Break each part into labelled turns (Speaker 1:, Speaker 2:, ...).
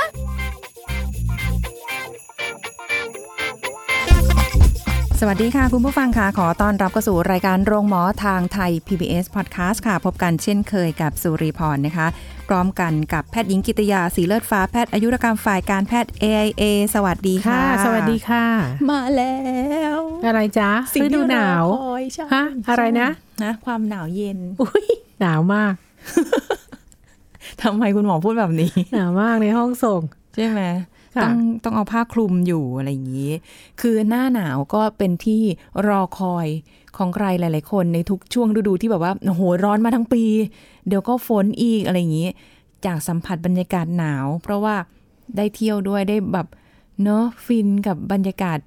Speaker 1: ล
Speaker 2: สวัสดีค่ะ คุณผู้ฟังค่ะ ขอต้อนรับเข้าสู่รายการโรงหมอทางไทย PBS Podcast ค่ะ พบกันเช่นเคยกับสุริพรนะคะ พร้อมกันกับแพทย์หญิงกิตยาสีเลือดฟ้าแพทย์อายุรกรรมฝ่ายการแพทย์ AIA สวัสดีค่ะ
Speaker 3: สวัสดีค่ะ
Speaker 4: มาแล้ว
Speaker 3: อะไรจ๊ะฤดูหนาว
Speaker 4: สิ่งที่รอคอยใช่
Speaker 3: ฮะอะไรนะ
Speaker 4: นะความหนาวเย็น
Speaker 3: อุ้ยหนาวมาก
Speaker 4: ทำไมคุณหมอพูดแบบนี้
Speaker 3: หนาวมากในห้องส่ง
Speaker 4: ใช่ไหม
Speaker 3: ค่ะ
Speaker 4: ต้องต้องเอาผ้าคลุมอยู่อะไรอย่างนี้ คือหน้าหนาวก็เป็นที่รอคอยของใครหลาย ๆ คนในทุกช่วงฤดูที่แบบว่าโอ้โหร้อนมาทั้งปี เดี๋ยวก็ฝนอีกอะไรอย่างนี้ จากสัมผัสบรรยากาศหนาว เพราะว่าได้เที่ยวด้วยได้แบบเนาะฟินกับบรรยากาศ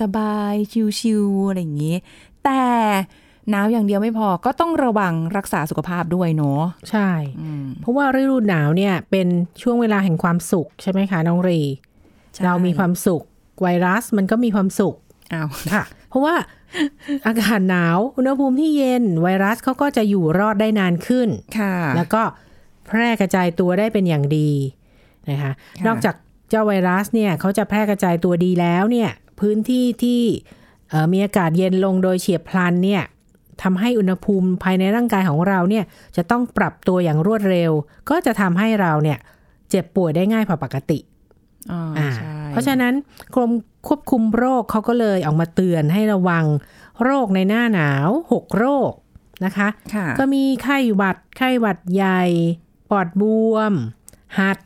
Speaker 4: สบายๆชิวๆอะไรอย่างนี้ แต่หนาวอย่างเดียวไม่พอก็ต้องระวังรักษาสุขภาพด้วยเนาะ
Speaker 3: ใช่ เพราะว่าฤดูหนาวเนี่ยเป็นช่วงเวลาแห่งความสุขใช่ไหมคะน้องรี
Speaker 4: ใช่
Speaker 3: เรามีความสุข ไวรัสมันก็มีความสุข
Speaker 4: อ้าว
Speaker 3: ค่ะ เพราะว่า อากาศหนาวอุณหภูมิที่เย็น ไวรัสเขาก็จะอยู่รอดได้นานขึ้น
Speaker 4: ค่ะ
Speaker 3: แล้วก็แพร่กระจายตัวได้เป็นอย่างดีนะคะ
Speaker 4: ค่ะ
Speaker 3: นอกจากเจ้าไวรัสเนี่ยเขาจะแพร่กระจายตัวดีแล้วเนี่ยพื้นที่ที่เอ่อมีอากาศเย็นลงโดยเฉียบพลันเนี่ยทำให้อุณหภูมิภายในร่างกายของเราเนี่ยจะต้องปรับตัวอย่างรวดเร็ว ก็จะทำให้เราเนี่ยเจ็บป่วยได้ง่ายกว่าปกติ
Speaker 4: อ่า
Speaker 3: อ่า
Speaker 4: ใช่
Speaker 3: เพราะฉะนั้นกรมควบคุมโรคเขาก็เลยออกมาเตือนให้ระวังโรคในหน้าหนาว 6 โรคนะคะ
Speaker 4: ค่ะ
Speaker 3: ก็มีไข้หวัด ไข้หวัดใหญ่ ปอดบวม หัด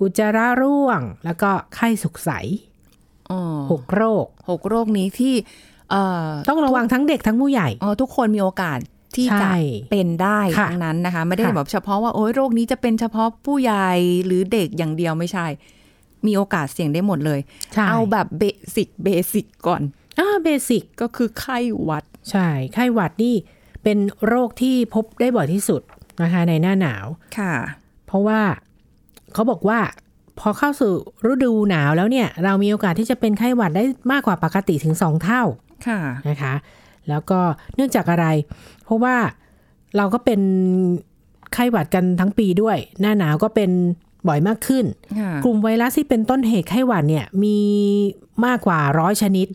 Speaker 3: อุจจาระร่วง แล้วก็ไข้สุกใส
Speaker 4: อ๋อ
Speaker 3: หกโรค
Speaker 4: หกโรคนี้ที่เอ่อ
Speaker 3: ต้องระวังทั้งเด็กทั้งผู้ใหญ่
Speaker 4: อ๋อทุกคนมีโอกาสที่
Speaker 3: ใช่
Speaker 4: จะเป็นได้
Speaker 3: ค่ะ
Speaker 4: ทั้งนั้นนะคะ ไม่ได้
Speaker 3: ค่ะ
Speaker 4: แบบเฉพาะว่าโอ้ยโรคนี้จะเป็นเฉพาะผู้ใหญ่หรือเด็กอย่างเดียวไม่ใช่ มีโอกาสเสี่ยงได้หมดเลย
Speaker 3: ใช่
Speaker 4: เอาแบบเบสิกเบสิกก่อน
Speaker 3: อ่าเบสิก
Speaker 4: ก็คือไข้หวัด
Speaker 3: ใช่ ไข้หวัดนี่เป็นโรคที่พบได้บ่อยที่สุดนะคะในหน้าหนาว
Speaker 4: ค่ะ
Speaker 3: เพราะว่าเขาบอกว่า พอเข้าสู่ฤดูหนาวแล้วเนี่ย เรามีโอกาสที่จะเป็นไข้หวัดได้มากกว่าปกติถึงสองเท่า
Speaker 4: ค่ะ
Speaker 3: นะคะ แล้วก็เนื่องจากอะไร เพราะว่าเราก็เป็นไข้หวัดกันทั้งปีด้วย หน้าหนาวก็เป็นบ่อยมากขึ้น
Speaker 4: ค่ะ
Speaker 3: กลุ่มไวรัสที่เป็นต้นเหตุไข้หวัดเนี่ยมีมากกว่าร้อยชนิด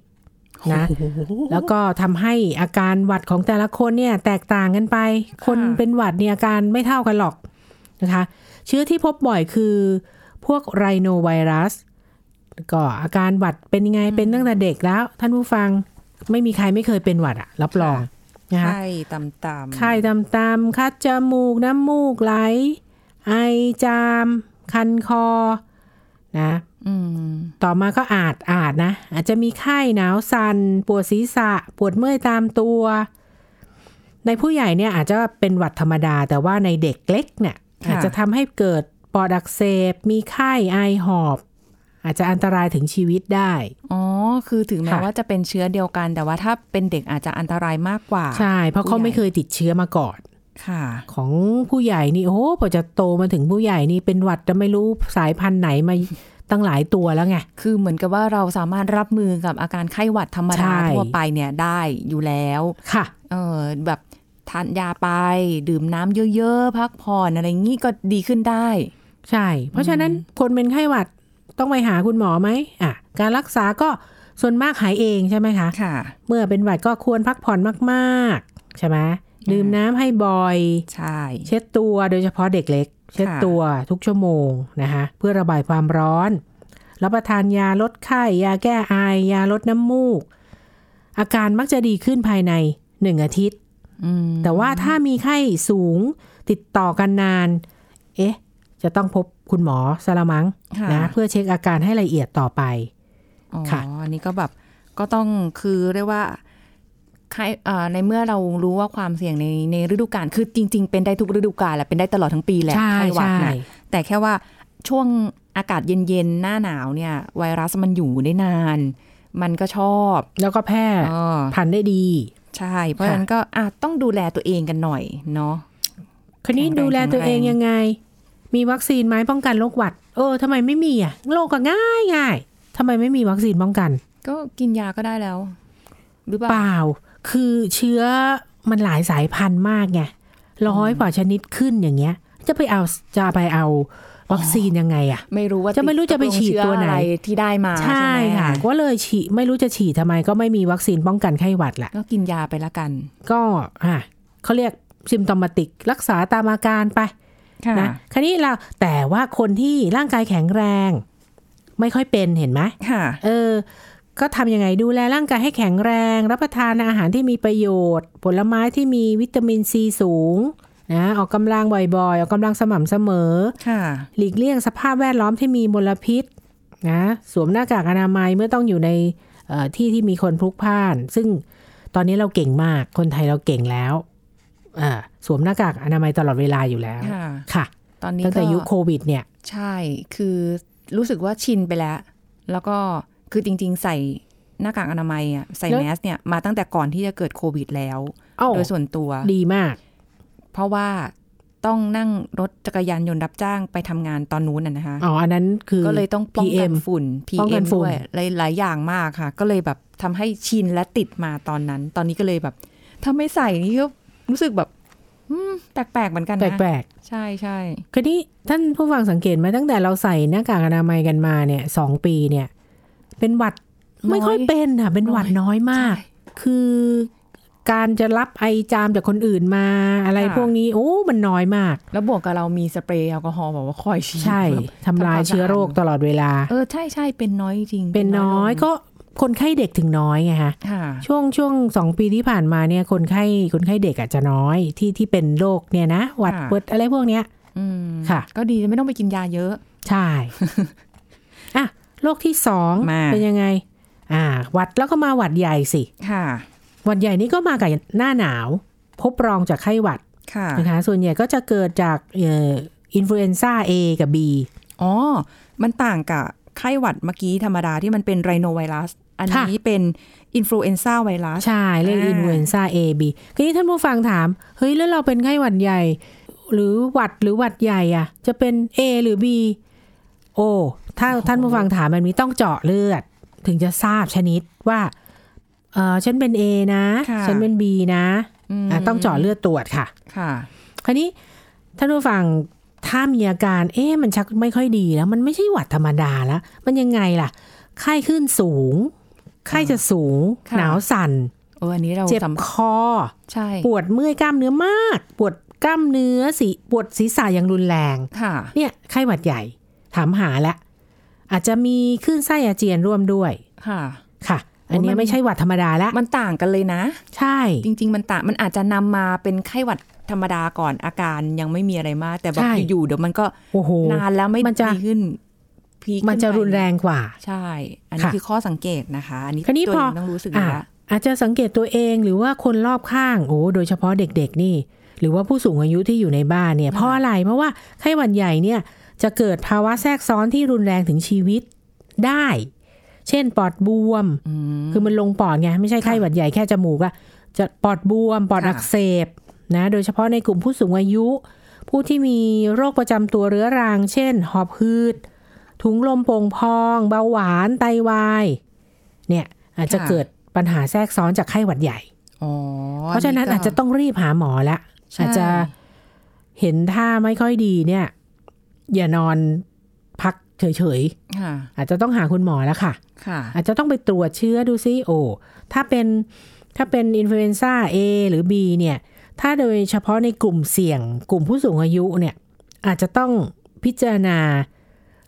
Speaker 3: นะ
Speaker 4: โอ้โห
Speaker 3: แล้วก็ทำให้อาการหวัดของแต่ละคนเนี่ยแตกต่างกันไป คน
Speaker 4: ค่ะ
Speaker 3: เป็นหวัดเนี่ยอาการไม่เท่ากันหรอกนะคะ เชื้อที่พบบ่อยคือพวกไรโนไวรัส ก็อาการหวัดเป็นยังไงเป็นตั้งแต่เด็กแล้ว ท่านผู้ฟังไม่มีใครไม่เคยเป็นหวัดอะรับรองนะคะ
Speaker 4: ไข้ต่ำๆ
Speaker 3: ไข้ตำตำๆคัดจมูก น้ำมูกไหล ไอจาม คันคอนะ
Speaker 4: อืม
Speaker 3: ต่อมาก็อาจอาจนะ อาจจะมีไข้หนาวสัน่นปวดศีรษะ ปวดเมื่อยตามตัว ในผู้ใหญ่เนี่ยอาจจะเป็นหวัดธรรมดา แต่ว่าในเด็กเล็กเนี่ย
Speaker 4: ค่ะ
Speaker 3: อาจจะทำให้เกิดปอดอักเสบ มีไข้ไอหอบ อาจจะอันตรายถึงชีวิตได้
Speaker 4: อ๋อ คือถึงแม้
Speaker 3: ค่ะ
Speaker 4: ว่าจะเป็นเชื้อเดียวกัน แต่ว่าถ้าเป็นเด็กอาจจะอันตรายมากกว่า
Speaker 3: ใช่ เพราะเขาไม่เคยติดเชื้อมาก่อน
Speaker 4: ค่ะ
Speaker 3: ของผู้ใหญ่นี่โอ้โหพอจะโตมาถึงผู้ใหญ่นี่เป็นหวัดจะไม่รู้สายพันธุ์ไหนมาตั้งหลายตัวแล้วไง
Speaker 4: คือเหมือนกับว่าเราสามารถรับมือกับอาการไข้หวัดธรรม
Speaker 3: ใช่
Speaker 4: ดาทั่วไปเนี่ยได้อยู่แล้ว
Speaker 3: ค่ะ
Speaker 4: เออแบบทานยาไป ดื่มน้ำเยอะๆ พักผ่อนอะไรงี้ก็ดีขึ้นได้
Speaker 3: ใช่ เพราะฉะนั้นคนเป็นไข้หวัดต้องไปหาคุณหมอไหมอ่ะ การรักษาก็ส่วนมากหายเองใช่ไหมคะ
Speaker 4: ค่ะ
Speaker 3: เมื่อเป็นหวัดก็ควรพักผ่อนมากๆ ใช่ไหมดื่มน้ำให้บ่อย
Speaker 4: ใช่
Speaker 3: เช็ดตัวโดยเฉพาะเด็กเล็ก เช็ดตัวทุกชั่วโมงนะคะเพื่อระบายความร้อน รับประทานยาลดไข้ยาแก้ไอ ยาลดน้ำมูก อาการมักจะดีขึ้นภายในหนึ่งอาทิตย์
Speaker 4: อืม
Speaker 3: แต่ว่าถ้ามีไข้สูงติดต่อกันนาน เอ๊ะ จะต้องพบคุณหมอซะละมัง
Speaker 4: ค่ะ
Speaker 3: นะเพื่อเช็คอาการให้ละเอียดต่อไป
Speaker 4: อ๋อ
Speaker 3: ค่ะ
Speaker 4: อันนี้ก็แบบก็ต้องคือเรียกว่าไข้เอ่อในเมื่อเรารู้ว่าความเสี่ยงในในฤดูกาลคือจริง ๆ เป็นได้ทุกฤดูกาลแหละเป็นได้ตลอดทั้งปีแหละไข้หวัดน่ะ แต่แค่ว่าช่วง อากาศเย็นๆ หน้าหนาวเนี่ย ไวรัสมันอยู่ได้นาน มันก็ชอบ
Speaker 3: แล้วก็แพร่
Speaker 4: อ๋อ
Speaker 3: พันธุ์ได้ดี
Speaker 4: ใช่ เพราะฉะนั้นก็อ่ะต้องดูแลตัวเองกันหน่อยเนาะ
Speaker 3: คนนี้
Speaker 4: แข็งแรง
Speaker 3: ดูแลตัวเอง
Speaker 4: แข็งแรง
Speaker 3: ยังไง มีวัคซีนไหมป้องกันโรคหวัด เออทำไมไม่มีอ่ะโรคก็ง่ายง่ายทำไมไม่มีวัคซีนป้องกัน
Speaker 4: ก็กินยาก็ได้แล้ว หรือเป
Speaker 3: เป
Speaker 4: ล่า
Speaker 3: ล่า คือเชื้อมันหลายสายพันธุ์มากไงร้อยกว่าชนิดขึ้นอย่างเงี้ย จะไปเอาจะไปเอาวัคซีนยังไงอ่ะ
Speaker 4: ไม่รู้ว่า
Speaker 3: จะไม่รู้
Speaker 4: ติด
Speaker 3: จะไปฉีด
Speaker 4: เชื้อ
Speaker 3: ตัวไหน
Speaker 4: อะรที่ได้มาใช่ไหม
Speaker 3: ค่ะ ก็เลยฉีดไม่รู้จะฉีดทำไมก็ไม่มีวัคซีนป้องกันไข้หวัดแหละ
Speaker 4: ก็กินยาไปละกัน
Speaker 3: ก็อ่ะเขาเรียกซิมตอมติกรักษาตามอาการไป นะ
Speaker 4: นะ
Speaker 3: คราวนี้เราแต่ว่าคนที่ร่างกายแข็งแรง ไม่ค่อยเป็นเห็นไหม
Speaker 4: ค่ะ
Speaker 3: เออ ก็ทำยังไงดูแลร่างกายให้แข็งแรง รับประทานอาหารที่มีประโยชน์ ผลไม้ที่มีวิตามินซีสูงนะออกกำลังบ่อยๆ ออกกำลังสม่ำเสมอ
Speaker 4: ค่ะ
Speaker 3: หลีกเลี่ยงสภาพแวดล้อมที่มีมลพิษนะสวมหน้ากากอนามัยเมื่อต้องอยู่ในเอ่อที่ที่มีคนพลุกพล่าน ซึ่งตอนนี้เราเก่งมากคนไทยเราเก่งแล้วอ่าสวมหน้ากากอนามัยตลอดเวลาอยู่แล้ว
Speaker 4: ค่ะ
Speaker 3: ค่ะ
Speaker 4: ตอนนี้
Speaker 3: ตั้งแต่
Speaker 4: ก็
Speaker 3: ยุคโควิดเนี่ย
Speaker 4: ใช่ คือรู้สึกว่าชินไปแล้ว แล้วก็คือจริง ๆ ใส่หน้ากากอนามัยอะใส่
Speaker 3: แล้ว
Speaker 4: แมสเนี่ยมาตั้งแต่ก่อนที่จะเกิดโควิดแล้ว
Speaker 3: โอ้
Speaker 4: โดยส่วนตัว
Speaker 3: ดีมาก
Speaker 4: เพราะว่าต้องนั่งรถจักรยานยนต์รับจ้างไปทำงานตอนนู้นน่ะนะคะ
Speaker 3: อ๋ออันนั้นคือ
Speaker 4: ก็เลยต้องป้องกัน
Speaker 3: PM
Speaker 4: ฝุ่น
Speaker 3: ป้องกัน
Speaker 4: PM
Speaker 3: ฝุ่น
Speaker 4: ด้วยหลายหลายอย่างมากค่ะ ก็เลยแบบทำให้ชินและติดมาตอนนั้น ตอนนี้ก็เลยแบบถ้าไม่ใส่นี่ก็รู้สึกแบบอืมแปลกๆเหมือนกัน
Speaker 3: แ
Speaker 4: นะ
Speaker 3: ปลก
Speaker 4: ใช่ใช่
Speaker 3: ๆคือนี้ท่านผู้ฟังสังเกตไหมตั้งแต่เราใส่หน้ากากอนามัยกันมาเนี่ยสองปีเนี่ย เป็นหวัดไม่ค่อย
Speaker 4: น้
Speaker 3: เป็นอ่ะ เป็นหวัดน้อยมาก
Speaker 4: ใช่
Speaker 3: คือการจะรับไอจามจากคนอื่นมาอะไร
Speaker 4: ค่ะ
Speaker 3: พวกนี้ โอ้มันน้อยมาก
Speaker 4: แล้วบวกกับเรามีสเปรย์แอลกอฮอล์แบบว่าคอยฉีด
Speaker 3: ใช่
Speaker 4: แบบ
Speaker 3: ทำลาย
Speaker 4: ทำความสะอาด
Speaker 3: เชื้อโรคตลอดเวลา
Speaker 4: เออใช่ใช่เป็นน้อยจริง
Speaker 3: เป็นน้อย
Speaker 4: ลง
Speaker 3: ก็คนไข้เด็กถึงน้อยไงฮะ
Speaker 4: ค่ะ
Speaker 3: ช่วงช่วงสองปีที่ผ่านมาเนี่ยคนไข้คนไข้เด็กอาจจะน้อยที่ที่เป็นโรคเนี่ยนะหวัด
Speaker 4: ค่ะ
Speaker 3: เวิร์ดอะไรพวกเนี้ย
Speaker 4: อืม
Speaker 3: ค่ะ
Speaker 4: ก็ดีไม่ต้องไปกินยาเยอะ
Speaker 3: ใช่ อ่ะโรคที่สอง
Speaker 4: มา
Speaker 3: เป็นยังไง อ่า หวัดแล้วก็มาหวัดใหญ่สิ
Speaker 4: ค่ะ
Speaker 3: หวัดใหญ่นี่ก็มากับหน้าหนาว พบรองจากไข้หวัด
Speaker 4: ค่ะ
Speaker 3: นะคะ ส่วนใหญ่ก็จะเกิดจากเอ่ออินฟลูเอนซ่า A กับ B
Speaker 4: อ๋อ มันต่างกับไข้หวัดเมื่อกี้ธรรมดาที่มันเป็นไรโนไวรัส อัน
Speaker 3: ค่ะ
Speaker 4: นี้เป็นอินฟลูเอนซ่าไวรัส
Speaker 3: ใช่เรียก
Speaker 4: อ่า
Speaker 3: อินฟลูเอนซ่า A B ทีนี้ท่านผู้ฟังถาม เฮ้ย แล้วเราเป็นไข้หวัดใหญ่ หรือหวัดหรือหวัดใหญ่อะจะเป็น A หรือ B โอ้ถ้าท่านผู้ฟังถามแบบนี้ต้องเจาะเลือด ถึงจะทราบชนิดว่าเออฉันเป็น A นะ
Speaker 4: ค่ะ
Speaker 3: ฉันเป็น B นะ
Speaker 4: ม
Speaker 3: อ่ะต้องเจาะเลือดตรวจค่ะ
Speaker 4: ค่ะ
Speaker 3: คราวนี้ท่านผู้ฟังถ้ามีอาการ เอ๊ะมันชักไม่ค่อยดีแล้ว มันไม่ใช่หวัดธรรมดาแล้ว มันยังไงล่ะ ไข้ขึ้นสูง ไข้จะสูง
Speaker 4: ค่ะ
Speaker 3: หนาวสั่น
Speaker 4: เอออันนี้เรา
Speaker 3: เจ็บ
Speaker 4: สำ
Speaker 3: คอ
Speaker 4: ใช่
Speaker 3: ปวดเมื่อยกล้ามเนื้อมาก ปวดกล้ามเนื้อสีปวดศีรษะอย่างรุนแรง
Speaker 4: ค่ะ
Speaker 3: เนี่ยไข้หวัดใหญ่ ถามหาละ อาจจะมีคลื่นไส้อาเจียนร่วมด้วย
Speaker 4: ค่ะ
Speaker 3: ค่ะ อันเนี้ย
Speaker 4: โอ้มัน
Speaker 3: ไม่ใช่หวัดธรรมดาละ
Speaker 4: มันต่างกันเลยนะ
Speaker 3: ใช่
Speaker 4: จริง ๆ มันต่างมันอาจจะนำมาเป็นไข้หวัดธรรมดาก่อนอาการยังไม่มีอะไรมาก แต่แบบอยู่ๆเดี๋ยวมันก็
Speaker 3: โอ้โห
Speaker 4: นานแล้วไม่
Speaker 3: มันจะ
Speaker 4: ดีขึ้นพีคขึ้
Speaker 3: มันจะ
Speaker 4: ไป
Speaker 3: รุนแรงกว่า
Speaker 4: ใช่ อันนี้
Speaker 3: ค่ะ
Speaker 4: คือข้อสังเกตนะคะ อันนี้
Speaker 3: คราวนี้
Speaker 4: ตัว
Speaker 3: พ
Speaker 4: เอ
Speaker 3: อ
Speaker 4: งต้องรู้สึกอยู่
Speaker 3: อ่ะ
Speaker 4: แล้ว
Speaker 3: อาจจะสังเกตตัวเองหรือว่าคนรอบข้างโอ้โดยเฉพาะเด็กๆนี่ หรือว่าผู้สูงอายุที่อยู่ในบ้านเนี่ยเพราะอะไรเพราะว่าไข้หวัดใหญ่เนี่ยจะเกิดภาวะแทรกซ้อนที่รุนแรงถึงชีวิตได้ เช่นปอดบวม
Speaker 4: อืม
Speaker 3: คือมันลงปอดไงไม่ใช่ไข้หวัดใหญ่แค่จมูกอะจะปอดบวม ปอด
Speaker 4: ค่ะ
Speaker 3: อักเสบนะโดยเฉพาะในกลุ่มผู้สูงอายุ ผู้ที่มีโรคประจำตัวเรื้อรัง เช่น หอบหืดถุงลมโป่งพอง เบาหวานไตวายเนี่ยอาจจะเกิดปัญหาแทรกซ้อนจากไข้หวัดใหญ่
Speaker 4: อ๋อ
Speaker 3: เพราะฉะนั้น
Speaker 4: ก็
Speaker 3: อาจจะต้องรีบหาหมอละ
Speaker 4: ใช่
Speaker 3: อาจจะเห็นท่าไม่ค่อยดีเนี่ย อย่านอนพักเฉย
Speaker 4: ค่ะ
Speaker 3: ๆ อาจจะต้องหาคุณหมอแล้วค่ะ
Speaker 4: ค่ะ
Speaker 3: อาจจะต้องไปตรวจเชื้อดูซิโอถ้าเป็นถ้าเป็นอินฟลูเอนซ่า A หรือ B เนี่ย ถ้าโดยเฉพาะในกลุ่มเสี่ยง กลุ่มผู้สูงอายุเนี่ย อาจจะต้องพิจารณา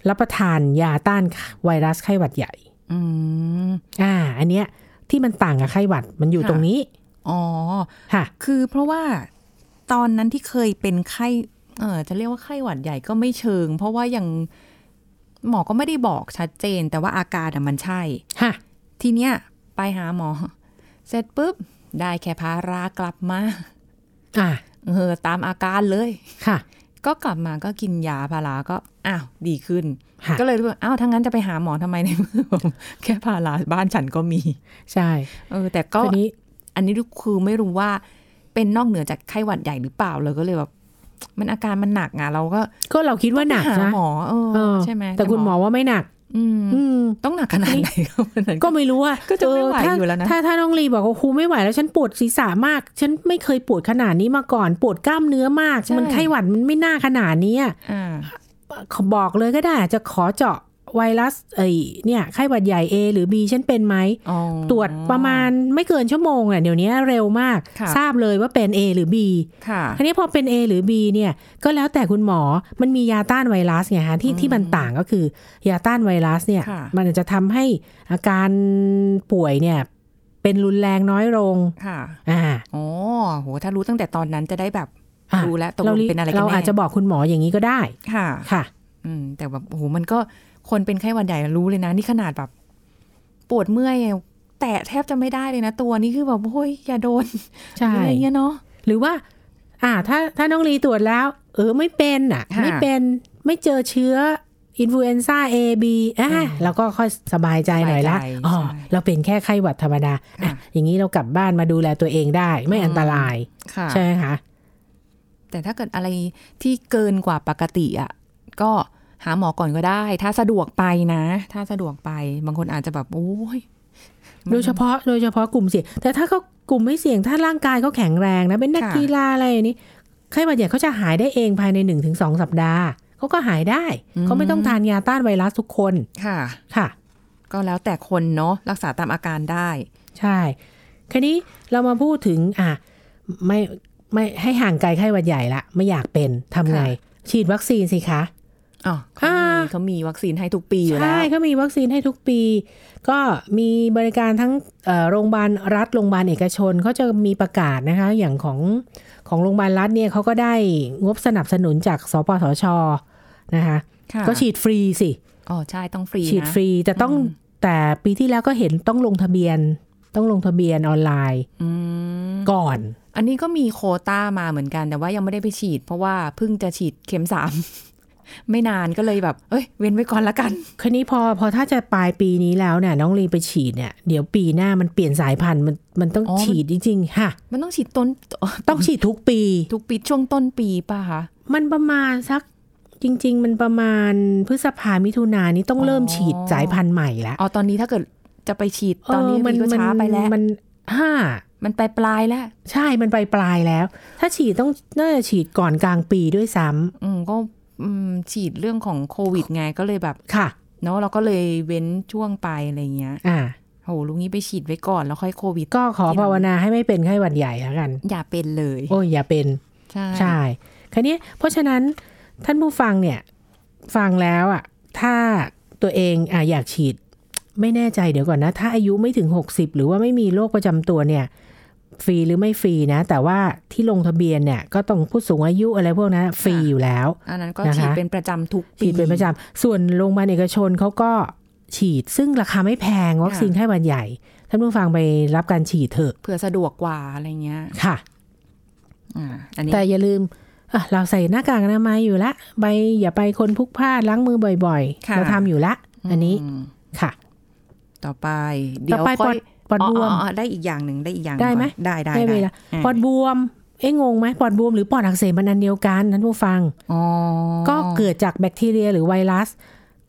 Speaker 3: รับประทานยาต้านไวรัสไข้หวัดใหญ่
Speaker 4: อืม
Speaker 3: อ่า อันเนี้ยที่มันต่างกับไข้หวัดมันอยู่
Speaker 4: ค่ะ
Speaker 3: ตรงนี้
Speaker 4: อ๋อ
Speaker 3: ค่ะ
Speaker 4: คือเพราะว่าตอนนั้นที่เคยเป็นไข้ เออจะเรียกว่าไข้หวัดใหญ่ก็ไม่เชิง เพราะว่ายังหมอก็ไม่ได้บอกชัดเจน แต่ว่าอาการอะมันใช่
Speaker 3: ค่ะ
Speaker 4: ทีเนี้ยไปหาหมอ เสร็จปุ๊บ ได้แค่พารากลับมา
Speaker 3: อ่า
Speaker 4: เออ ตามอาการเลย
Speaker 3: ค่ะ
Speaker 4: ก็กลับมาก็กินยาพาราก็อ้าวดีขึ้น
Speaker 3: ฮะ
Speaker 4: ก็เลยรู้ว่าอ้าวถ้างั้นจะไปหาหมอทำไมในเมื่อผมแค่พาราบ้านฉันก็มี
Speaker 3: ใช่
Speaker 4: เออแต่ก็
Speaker 3: คนนี้
Speaker 4: อันนี้คือไม่รู้ว่าเป็นนอกเหนือจากไข้หวัดใหญ่หรือเปล่าเลยก็เลยแบบมันอาการมันหนักอ่ะเราก็
Speaker 3: ก็เราคิดว่าหนัก
Speaker 4: หา
Speaker 3: นะ
Speaker 4: หมอเอ
Speaker 3: เอ
Speaker 4: อ
Speaker 3: อ
Speaker 4: ใช่ไหม
Speaker 3: แต่คุณหมอว่าไม่หนัก
Speaker 4: อืม
Speaker 3: อืม
Speaker 4: ต้องหนักขนาดไหนก็มันนั้น
Speaker 3: ก็ไม่รู้ว่า
Speaker 4: ก็จะไม่ไหว
Speaker 3: เถ้า
Speaker 4: อยู่แล้วนะ
Speaker 3: ถ้าถ้าน้องลีบอกว่าครูไม่ไหวแล้วฉันปวดศีรษะมาก ฉันไม่เคยปวดขนาดนี้มาก่อน ปวดกล้ามเนื้อมาก
Speaker 4: ใช่
Speaker 3: มันไข้หวัดมันไม่น่าขนาดนี้อะ
Speaker 4: อ่า
Speaker 3: ขอบอกเลยก็ได้จะขอเจาะไวรัสเอ้ยเนี่ย ไข้หวัดใหญ่ A หรือ B ฉันเป็นไหม
Speaker 4: อ๋อ
Speaker 3: ตรวจประมาณไม่เกินชั่วโมงอ่ะเดี๋ยวนี้เร็วมาก
Speaker 4: ค่ะ
Speaker 3: ทราบเลยว่าเป็น A หรือ B
Speaker 4: ค่ะ
Speaker 3: ทีนี้พอเป็น A หรือ B เนี่ยก็แล้วแต่คุณหมอ มันมียาต้านไวรัสไงฮะที่ที่มันต่างก็คือยาต้านไวรัสเนี่ย
Speaker 4: ค่ะ
Speaker 3: มันจะทำให้อาการป่วยเนี่ยเป็นรุนแรงน้อยลง
Speaker 4: ค่ะ
Speaker 3: อ่า
Speaker 4: อ๋อโหถ้ารู้ตั้งแต่ตอนนั้นจะได้แบบ
Speaker 3: อ่ะ
Speaker 4: รู้แล้วตกลงเป็นอะไรกันแน่
Speaker 3: เราอาจจะบอกคุณหมออย่างนี้ก็ได้
Speaker 4: ค่ะ
Speaker 3: ค่ะ
Speaker 4: อืม แต่แบบโหมันก็คนเป็นไข้หวัดใหญ่รู้เลยนะ นี่ขนาดแบบ ปวดเมื่อยแตะแทบจะไม่ได้เลยนะ ตัวนี่คือแบบโอ้ยอย่าโดน
Speaker 3: ใช่
Speaker 4: อะไรเงี้ยเนาะ
Speaker 3: หรือว่า อ่าถ้าถ้าน้องลีตรวจแล้ว เออไม่เป็นอ่ะ
Speaker 4: ค่ะ
Speaker 3: ไม่เป็นไม่เจอเชื้ออินฟลูเอนซ่า A B อ่ะเราก็ค่อยสบายใจหน่อย
Speaker 4: ส
Speaker 3: ละ
Speaker 4: บายใจ
Speaker 3: อ๋อ
Speaker 4: ใช่
Speaker 3: เราเป็นแค่ไข้หวัดธรรมดาอ่ะ
Speaker 4: ค่ะ
Speaker 3: อย่างนี้เรากลับบ้านมาดูแลตัวเองได้ ไม่อันตราย
Speaker 4: ค่ะ
Speaker 3: ใช่ไหมคะ
Speaker 4: แต่ถ้าเกิดอะไรที่เกินกว่าปกติอ่ะก็หาหมอก่อนก็ได้ ถ้าสะดวกไปนะ ถ้าสะดวกไป บางคนอาจจะแบบโอ้ย
Speaker 3: โดยเฉพาะโดยเฉพาะกลุ่มเสี่ยง แต่ถ้าเขากลุ่มไม่เสี่ยงถ้าร่างกายเขาแข็งแรงนะ เป็นนักกีฬาอะไรอย่างนี้ไข้หวัดใหญ่เขาจะหายได้เองภายใน 1-2 สัปดาห์เขาก็หายได้เขาไม่ต้องทานยาต้านไวรัสทุกคน
Speaker 4: ค่ะ
Speaker 3: ค่ะ
Speaker 4: ก็แล้วแต่คนเนาะรักษาตามอาการได้
Speaker 3: ใช่ คราวนี้เรามาพูดถึงอ่ะไม่ไม่ให้ห่างไกลไข้หวัดใหญ่ละ ไม่อยากเป็นทำไง
Speaker 4: ค่ะ
Speaker 3: ฉีดวัคซีนสิคะ
Speaker 4: อ๋อเขามี
Speaker 3: อ่า
Speaker 4: เขามีวัคซีนให้ทุกปีอยู่แล้
Speaker 3: ใช่
Speaker 4: ว
Speaker 3: เขามีวัคซีนให้ทุกปี ก็มีบริการทั้งเอ่อโรงพยาบาลรัฐโรงพยาบาลเอกชนเขาจะมีประกาศนะคะ อย่างของของโรงพยาบาลรัฐเนี่ยเขาก็ได้งบสนับสนุนจากสปสชนะคะ
Speaker 4: ค่ะ
Speaker 3: ก็ฉีดฟรีสิ
Speaker 4: อ๋อใช่ต้องฟรี
Speaker 3: ฉีด
Speaker 4: นะ
Speaker 3: ฟรีแต่ต้องแต่ปีที่แล้วก็เห็นต้องลงทะเบียน ต้องลงทะเบียนออนไลน์
Speaker 4: อืม
Speaker 3: ก่อน
Speaker 4: อันนี้ก็มีโควต้ามาเหมือนกัน แต่ว่ายังไม่ได้ไปฉีด เพราะว่าเพิ่งจะฉีดเข็มสาม ไม่นานก็เลยแบบ เอ้ย เว้นไว้ก่อนละกัน
Speaker 3: คันนี้พอพอถ้าจะปลายปีนี้แล้วเนี่ยน้องลีไปฉีดเนี่ย เดี๋ยวปีหน้ามันเปลี่ยนสายพันธุ์มันมันต้อง
Speaker 4: อ๋อ
Speaker 3: ฉีดจริงๆค่ะ
Speaker 4: มันต้องฉีดต้น
Speaker 3: ต้องฉีดทุกปี
Speaker 4: ทุกปีช่วงต้นปีป่ะคะ
Speaker 3: มันประมาณสักจริง ๆ มันประมาณพฤษภามิถุนายนนี้ต้องเริ่ม
Speaker 4: อ๋อ
Speaker 3: ฉีดสายพันธุ์ใหม่ละ
Speaker 4: อ๋อตอนนี้ถ้าเกิดจะไปฉีดตอนนี้
Speaker 3: เ
Speaker 4: มันก็ช้าไปแล้ว
Speaker 3: มันห้า
Speaker 4: มันไปปลายแล้ว
Speaker 3: ใช่มันไปปลายแล้ว ถ้าฉีดต้องน่าจะฉีดก่อนกลางปีด้วยซ้ำ
Speaker 4: อืมก็อืมฉีดเรื่องของโควิดไงก็เลยแบบ
Speaker 3: ค่ะ
Speaker 4: เนาะเราก็เลยเว้นช่วงไปอะไรเงี้ย
Speaker 3: อ่า
Speaker 4: โหลุงนี้ไปฉีดไว้ก่อนแล้วค่อยโควิด
Speaker 3: ก็ขอ
Speaker 4: ที่หลัง
Speaker 3: ภาวนาให้ไม่เป็นไข้หวัดใหญ่แล้วกัน
Speaker 4: อย่าเป็นเลย
Speaker 3: โอ้ยอย่าเป็น
Speaker 4: ใช่
Speaker 3: ใช่คันนี้ยเพราะฉะนั้นท่านผู้ฟังเนี่ยฟังแล้วอ่ะถ้าตัวเองอ่ะอยากฉีด ไม่แน่ใจเดี๋ยวก่อนนะ ถ้าอายุไม่ถึง 60 หรือว่าไม่มีโรคประจำตัวเนี่ยฟรีหรือไม่ฟรีนะ แต่ว่าที่ลงทะเบียนเนี่ยก็ต้องผู้สูงอายุอะไรพวกนั้นฟรี
Speaker 4: ค่ะ
Speaker 3: อยู่แล้ว
Speaker 4: อันนั้นก็
Speaker 3: นะคะ
Speaker 4: ฉีดเป็นประจำทุกปี
Speaker 3: ฉีดเป็นประจำส่วนโรงพยาบาลเอกชนเขาก็ฉีดซึ่งราคาไม่แพงวัคซีนไข้หวัดใหญ่ท่านผู้ฟังไปรับการฉีดเถอะ
Speaker 4: เผื่อสะดวกกว่าอะไรเงี้ย
Speaker 3: ค่ะ
Speaker 4: อ่า อันนี้
Speaker 3: แต่อย่าลืมอ่ะเราใส่หน้ากากอนามัยอยู่ละใบอย่าไปคนพลุกพลาดล้างมือบ่อยๆ
Speaker 4: ค่ะ
Speaker 3: เราทำอยู่ละ อันนี้
Speaker 4: ม
Speaker 3: ค่ะ
Speaker 4: ต่อไป
Speaker 3: ต่
Speaker 4: เดี๋
Speaker 3: อ
Speaker 4: ยว
Speaker 3: ไปป
Speaker 4: ค่
Speaker 3: อ
Speaker 4: อ
Speaker 3: ด
Speaker 4: ย
Speaker 3: ปอดบวม
Speaker 4: อ๋ออ๋อได้อีกอย่างหนึ่งได้อีกอย่าง
Speaker 3: ได้ไหม
Speaker 4: ก่อนได้ได้
Speaker 3: ไม่เป็นไร
Speaker 4: อ่
Speaker 3: ปอดบวม เอ๊ะงงไหมปอดบวมหรือปอดอักเสบมันอันเดียวกันท่านผู้ฟัง
Speaker 4: อ๋อ
Speaker 3: ก็เกิดจากแบคทีเรียหรือไวรัส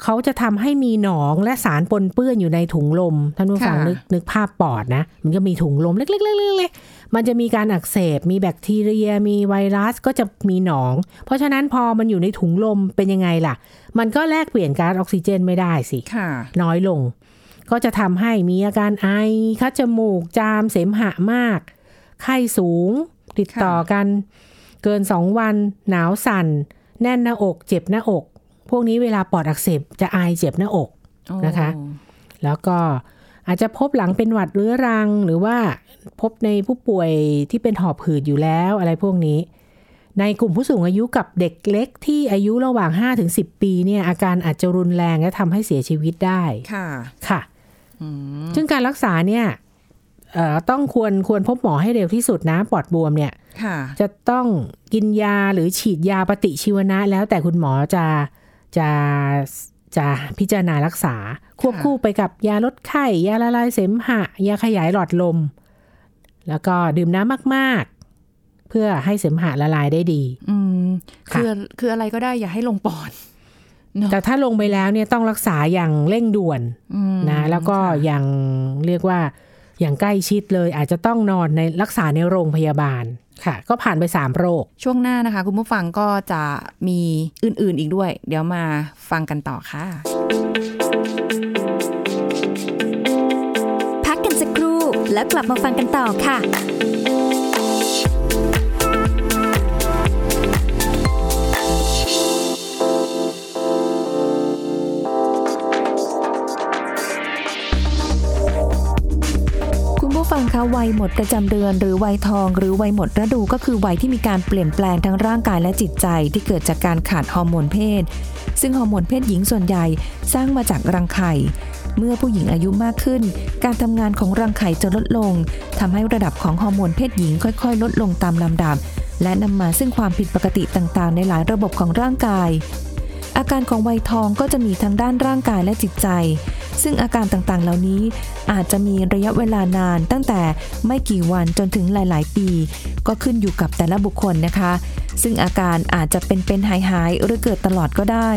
Speaker 3: เขาจะทำให้มีหนองและสารปนเปื้อนอยู่ในถุงลม ท่านผู้ฟังนึกนึกภาพปอดนะ มันก็มีถุงลมเล็กๆๆๆๆมันจะมีการอักเสบ มีแบคทีเรีย มีไวรัสก็จะมีหนอง เพราะฉะนั้นพอมันอยู่ในถุงลมเป็นยังไงล่ะ มันก็แลกเปลี่ยนก๊าซออกซิเจนไม่ได้สิ
Speaker 4: ค่ะ
Speaker 3: น้อยลง ก็จะทำให้มีอาการไอ คัดจมูก จาม เสมหะมาก ไข้สูง ติดต่อกัน เกิน 2 วัน หนาวสั่น แน่นหน้าอก เจ็บหน้าอก พวกนี้เวลาปอดอักเสบจะไอเจ็บหน้าอก นะคะ แล้วก็อาจจะพบหลังเป็นหวัดเรื้อรัง หรือว่าพบในผู้ป่วยที่เป็นหอบหืดอยู่แล้วอะไรพวกนี้ ในกลุ่มผู้สูงอายุกับเด็กเล็กที่อายุระหว่าง 5-10 ปีเนี่ยอาการอาจจะรุนแรงและทำให้เสียชีวิตได้
Speaker 4: ค่ะ
Speaker 3: ค่ะ
Speaker 4: อืม
Speaker 3: ซึ่งการรักษาเนี่ย เอ่อต้องควรควรพบหมอให้เร็วที่สุดนะปอดบวมเนี่ย
Speaker 2: ค่ะ
Speaker 3: จะต้องกินยาหรือฉีดยาปฏิชีวนะ แล้วแต่คุณหมอจะจะจะพิจารณารักษา ควบคู่ไปกับยาลดไข้ ยาละลายเสมหะ ยาขยายหลอดลม แล้วก็ดื่มน้ำมากๆ เพื่อให้เสมหะละลายได้ดี
Speaker 4: อืม
Speaker 3: ค่ะ
Speaker 4: คือคืออะไรก็ได้อย่าให้ลงปอดเนอะ
Speaker 3: แต่ถ้าลงไปแล้วเนี่ยต้องรักษาอย่างเร่งด่วน
Speaker 4: อืม
Speaker 3: นะแล้วก็อย่างเรียกว่าอย่างใกล้ชิดเลยอาจจะต้องนอนในรักษาในโรงพยาบาลค่ะ ก็ผ่านไปสามโรค
Speaker 4: ช่วงหน้านะคะ คุณผู้ฟังก็จะมีอื่น ๆอีกด้วย เดี๋ยวมาฟังกันต่อค่ะ
Speaker 1: พักกันสักครู่แล้วกลับมาฟังกันต่อค่ะ
Speaker 5: คุณผู้ฟังคะวัยหมดประจำเดือนหรือวัยทอง หรือวัยหมดฤดูก็คือวัยที่มีการเปลี่ยนแปลงทั้งร่างกายและจิตใจที่เกิดจากการขาดฮอร์โมนเพศ ซึ่งฮอร์โมนเพศหญิงส่วนใหญ่สร้างมาจากรังไข่ เมื่อผู้หญิงอายุมากขึ้น การทำงานของรังไข่จะลดลงทำให้ระดับของฮอร์โมนเพศหญิงค่อยๆ ลดลงตามลำดับ และนำมาซึ่งความผิดปกติต่างๆ ในหลายระบบของร่างกาย อาการของวัยทองก็จะมีทั้งด้านร่างกายและจิตใจ ซึ่งอาการต่างๆ เหล่านี้อาจจะมีระยะเวลานานตั้งแต่ไม่กี่วันจนถึงหลาย ๆ ปี ก็ขึ้นอยู่กับแต่ละบุคคลนะคะ ซึ่งอาการอาจจะเป็นเป็นหายหายๆหรือเกิดตลอดก็ได้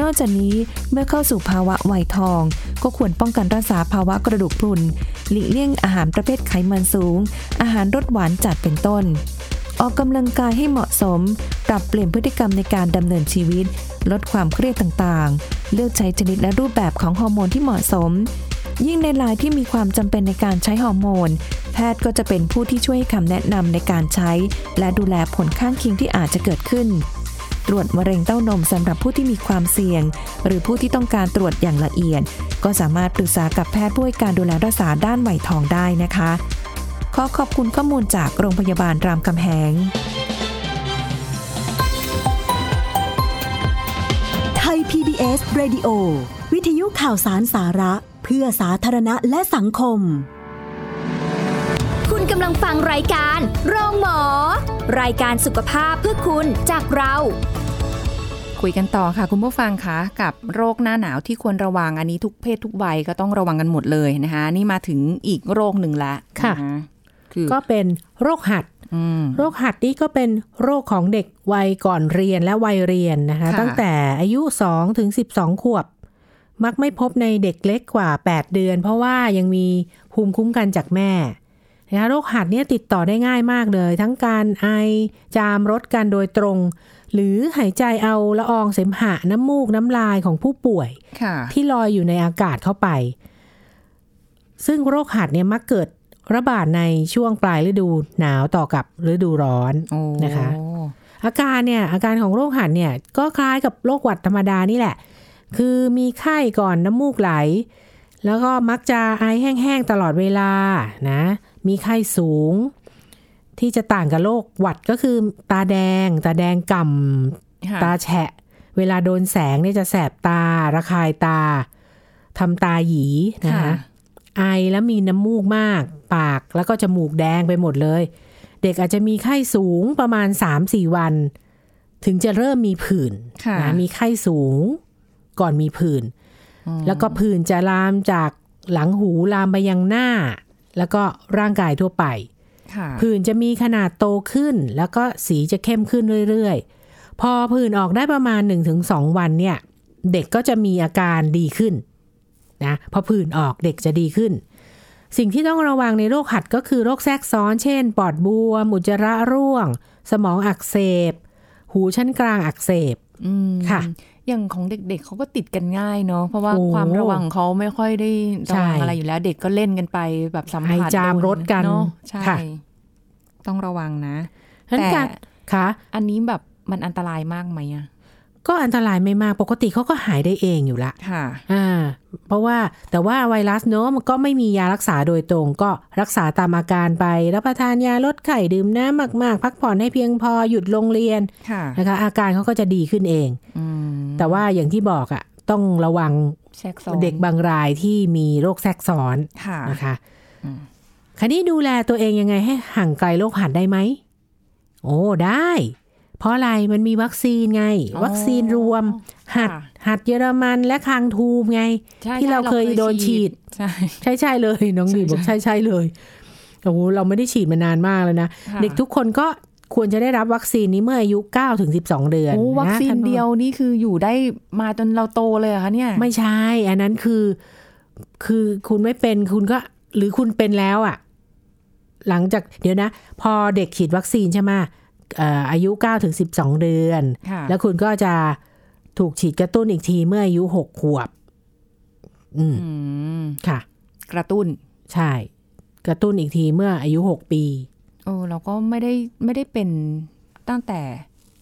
Speaker 5: นอกจากนี้เมื่อเข้าสู่ภาวะวัยทอง ก็ควรป้องกันรักษาภาวะกระดูกพรุนหลีกเลี่ยงอาหารประเภทไขมันสูง อาหารรสหวานจัดเป็นต้น ออกกำลังกายให้เหมาะสม ปรับเปลี่ยนพฤติกรรมในการดำเนินชีวิต ลดความเครียดต่างๆ เลือกใช้ชนิดและรูปแบบของฮอร์โมนที่เหมาะสม ยิ่งในรายที่มีความจำเป็นในการใช้ฮอร์โมน แพทย์ก็จะเป็นผู้ที่ช่วยให้คำแนะนำในการใช้ และดูแลผลข้างเคียงที่อาจจะเกิดขึ้น ตรวจมะเร็งเต้านมสำหรับผู้ที่มีความเสี่ยง หรือผู้ที่ต้องการตรวจอย่างละเอียด ก็สามารถปรึกษากับแพทย์ผู้ให้การดูแลรักษาด้านไหวทองได้นะคะ ขอขอบคุณข้อมูลจากโรงพยาบาลรามคำแหง
Speaker 6: ไทย PBS Radio วิทยุข่าวสารสาระ เพื่อสาธารณะและสังคม
Speaker 1: คุณกำลังฟังรายการโรงหมอ รายการสุขภาพเพื่อคุณจากเรา
Speaker 4: คุยกันต่อค่ะ คุณผู้ฟังคะกับโรคหน้าหนาวที่ควรระวังอันนี้ทุกเพศทุกวัยก็ต้องระวังกันหมดเลยนะคะ นี่มาถึงอีกโรคหนึ่งละ
Speaker 3: ค่ะ
Speaker 4: นคือ
Speaker 3: ก็เป็นโรคหัด
Speaker 4: อืม
Speaker 3: โรคหัดนี่ก็เป็นโรคของเด็กวัยก่อนเรียนและวัยเรียนนะคะ
Speaker 4: ค่ะ
Speaker 3: ตั้งแต่อายุ2ถึง12 ขวบ มักไม่พบในเด็กเล็กกว่า 8 เดือน เพราะว่ายังมีภูมิคุ้มกันจากแม่นะคะโรคหัดเนี่ยติดต่อได้ง่ายมากเลย ทั้งการไอจามรดกันโดยตรง หรือหายใจเอาละอองเสมหะน้ำมูกน้ำลายของผู้ป่วย
Speaker 4: ค่ะ
Speaker 3: ที่ลอยอยู่ในอากาศเข้าไป ซึ่งโรคหัดเนี่ยมักเกิดระบาดในช่วงปลายฤดูหนาวต่อกับฤดูร้อน
Speaker 4: โอ้
Speaker 3: นะคะ อาการเนี่ยอาการของโรคหัดเนี่ยก็คล้ายกับโรคหวัดธรรมดานี่แหละ คือมีไข้ก่อนน้ำมูกไหล แล้วก็มักจะไอแห้งๆตลอดเวลานะ มีไข้สูง ที่จะต่างกับโรคหวัดก็คือตาแดง ตาแดงก่ำ
Speaker 4: ค่ะ
Speaker 3: ตาแฉะ เวลาโดนแสงเนี่ยจะแสบตา ระคายตา ทำตาหยีนะ
Speaker 4: ค่ะ
Speaker 3: คะ ไอแล้วมีน้ำมูกมาก ปากแล้วก็จมูกแดงไปหมดเลย เด็กอาจจะมีไข้สูงประมาณ 3-4 วัน ถึงจะเริ่มมีผื่น
Speaker 4: ค่ะ
Speaker 3: นะมีไข้สูงก่อนมีผื่น
Speaker 4: อืม
Speaker 3: แล้วก็ผื่นจะลามจากหลังหูลามไปยังหน้า แล้วก็ร่างกายทั่วไป
Speaker 4: ค่ะ
Speaker 3: ผื่นจะมีขนาดโตขึ้น แล้วก็สีจะเข้มขึ้นเรื่อยๆ พอผื่นออกได้ประมาณ 1-2 วันเนี่ย เด็กก็จะมีอาการดีขึ้นนะพอผื่นออกเด็กจะดีขึ้น สิ่งที่ต้องระวังในโรคหัดก็คือโรคแทรกซ้อน เช่น ปอดบวมอุจจาระร่วง สมองอักเสบ หูชั้นกลางอักเสบ
Speaker 4: อืม
Speaker 3: ค่ะ
Speaker 4: อย่างของเด็กๆเขาก็ติดกันง่ายเนาะเพราะว่า
Speaker 3: โอ้
Speaker 4: ความระวังเขาไม่ค่อยได้ระวัง
Speaker 3: ใช่
Speaker 4: อะไรอยู่แล้ว เด็กก็เล่นกันไปแบบสัมผัส
Speaker 3: ไอจามรถกัน
Speaker 4: เาะใช่
Speaker 3: ค่ะ
Speaker 4: ต้องระวังนะ
Speaker 3: นั้น
Speaker 4: แต่
Speaker 3: การค่ะ
Speaker 4: อันนี้แบบมันอันตรายมากไหมอะ
Speaker 3: ก็อันตรายไม่มากปกติเขาก็หายได้เองอยู่ละ
Speaker 4: ค่ะ
Speaker 3: อ่าเพราะว่าแต่ว่าไวรัสเนอะมันก็ไม่มียารักษาโดยตรง ก็รักษาตามอาการไป รับประทานยาลดไข้ดื่มน้ำมาก ๆ พักผ่อนให้เพียงพอหยุดโรงเรียน
Speaker 4: ค่ะ
Speaker 3: นะคะ อาการเขาก็จะดีขึ้นเอง
Speaker 4: อืม
Speaker 3: แต่ว่าอย่างที่บอกอะต้องระวัง
Speaker 4: แทรกซ้อน
Speaker 3: เด็กบางรายที่มีโรคแทรกซ้อน
Speaker 4: ค่ะ
Speaker 3: นะคะ
Speaker 4: อืม
Speaker 3: คันนี้ดูแลตัวเองยังไงให้ห่างไกลโรคหัดได้ไหม โอ้ ได้ เพราะอะไรมันมีวัคซีนไง
Speaker 4: อ๋อ
Speaker 3: วัคซีนรวม หัด
Speaker 4: ค่ะ
Speaker 3: หัดเยอรมันและคางทูมไง
Speaker 4: ใช่
Speaker 3: ที่เรา
Speaker 4: ใช่
Speaker 3: เคยโดนฉีด
Speaker 4: ใช่
Speaker 3: ใช่ใช่เลย น้อง
Speaker 4: ใช่
Speaker 3: บีบอก
Speaker 4: ใช่
Speaker 3: ใช่ใช่เลยโอ้โหเราไม่ได้ฉีดมานานมากแล้วนะ
Speaker 4: ค่ะ
Speaker 3: เด็กทุกคนก็ควรจะได้รับวัคซีนนี้เมื่ออายุ9ถึง12 เดือน
Speaker 4: โอ้วัคซีน
Speaker 3: นะ
Speaker 4: เดียวนี่คืออยู่ได้มาจนเราโตเลยเหรอคะเนี่ย
Speaker 3: ไม่ใช่ อันนั้นคือ คือคุณไม่เป็นคุณก็หรือคุณเป็นแล้วอะ่ะ หลังจากเดี๋ยวนะ พอเด็กฉีดวัคซีนใช่ไหมเอ่ออายุ9ถึง12 เดือน
Speaker 4: ค่ะ
Speaker 3: แล้วคุณก็จะถูกฉีดกระตุ้นอีกทีเมื่ออายุ6ขวบ อืม
Speaker 4: อืม
Speaker 3: ค่ะ
Speaker 4: กระตุ้น
Speaker 3: ใช่ กระตุ้นอีกทีเมื่ออายุหกปี
Speaker 4: โอ้เราก็ไม่ได้ไม่ได้เป็นตั้งแต่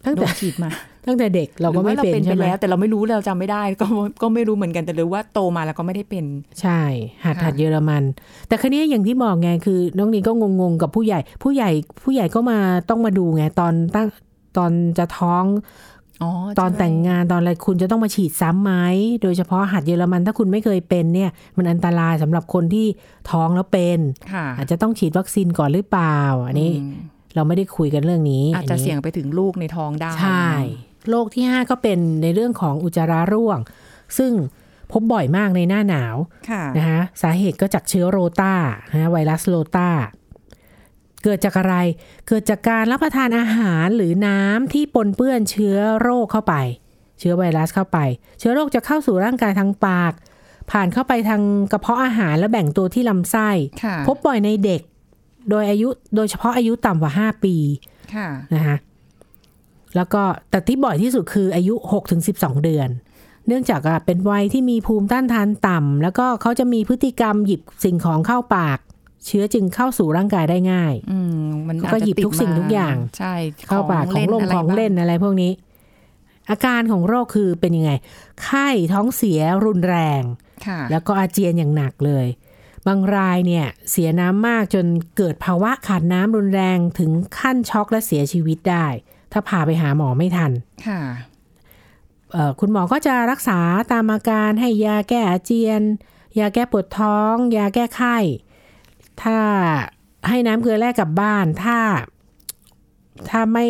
Speaker 3: ตั้ง
Speaker 4: โด
Speaker 3: แต่
Speaker 4: นฉีดมา
Speaker 3: ตั้งแต่เด็กเราก็ไม่
Speaker 4: หอว่
Speaker 3: เป็น
Speaker 4: ไป
Speaker 3: ใช่ไหม
Speaker 4: แล้ว แต่เราไม่รู้เราจำไม่ได้ ก็ก็ไม่รู้เหมือนกันแต่รู้ว่าโตมาแล้วก็ไม่ได้เป็น
Speaker 3: ใช่หัด
Speaker 4: ค่ะ
Speaker 3: หัดเยอรมัน แต่ครั้นี้อย่างที่บอกไงคือน้องนีก็งงๆกับผู้ใหญ่ ผู้ใหญ่ผู้ใหญ่ก็มาต้องมาดูไงตอนตั้งตอนจะท้อง
Speaker 4: อ๋อ
Speaker 3: ตอนแต่งงานตอนอะไรคุณจะต้องมาฉีดซ้ำไหมโดยเฉพาะหัดเยอรมันถ้าคุณไม่เคยเป็นเนี่ย มันอันตรายสำหรับคนที่ท้องแล้วเป็น
Speaker 4: ค่ะ
Speaker 3: อาจจะต้องฉีดวัคซีนก่อนหรือเปล่า อันนี้
Speaker 4: ม
Speaker 3: เราไม่ได้คุยกันเรื่องนี้
Speaker 4: อาจจะ
Speaker 3: นนี้
Speaker 4: เสี่ยงไปถึงลูกในท้องได้
Speaker 3: ใช่โรคที่ 5 ก็เป็นในเรื่องของอุจจาระร่วง ซึ่งพบบ่อยมากในหน้าหนาว
Speaker 4: ค่ะ
Speaker 3: นะคะสาเหตุก็จากเชื้อโรตานะไวรัสโรตาเกิดจากอะไร เกิดจากการรับประทานอาหารหรือน้ำที่ปนเปื้อนเชื้อโรคเข้าไป เชื้อไวรัสเข้าไป เชื้อโรคจะเข้าสู่ร่างกายทางปาก ผ่านเข้าไปทางกระเพาะอาหารและแบ่งตัวที่ลำไส้
Speaker 4: ค่ะ
Speaker 3: พบบ่อยในเด็ก โดยอายุโดยเฉพาะอายุต่ำกว่า 5 ปี
Speaker 4: ค่ะ
Speaker 3: นะคะแล้วก็แต่ที่บ่อยที่สุดคืออายุ 6-12 เดือน เนื่องจากอะเป็นวัยที่มีภูมิต้านทานต่ำแล้วก็เขาจะมีพฤติกรรมหยิบสิ่งของเข้าปาก เชื้อจึงเข้าสู่ร่างกายได้ง่าย
Speaker 4: อืมมัน
Speaker 3: เขาก็
Speaker 4: อาจจะ
Speaker 3: หยิบ
Speaker 4: ติด
Speaker 3: ทุกสิ่ง
Speaker 4: ม
Speaker 3: ทุกอย่าง
Speaker 4: ใช่
Speaker 3: เข้าปากของลง
Speaker 4: ะไร
Speaker 3: ของ
Speaker 4: บ้า
Speaker 3: เล่นอะไรพวกนี้ อาการของโรคคือเป็นยังไง ไข้ท้องเสียรุนแรง
Speaker 4: ค่ะ
Speaker 3: แล้วก็อาเจียนอย่างหนักเลย บางรายเนี่ยเสียน้ำมากจนเกิดภาวะขาดน้ำรุนแรงถึงขั้นช็อกและเสียชีวิตได้ ถ้าพาไปหาหมอไม่ทัน
Speaker 4: ค่ะ
Speaker 3: เอ่อคุณหมอก็จะรักษาตามอาการให้ยาแก้อาเจียน ยาแก้ปวดท้อง ยาแก้ไข้ ถ้าให้น้ำเกลือแร่กลับบ้าน ถ้า ถ้าไม่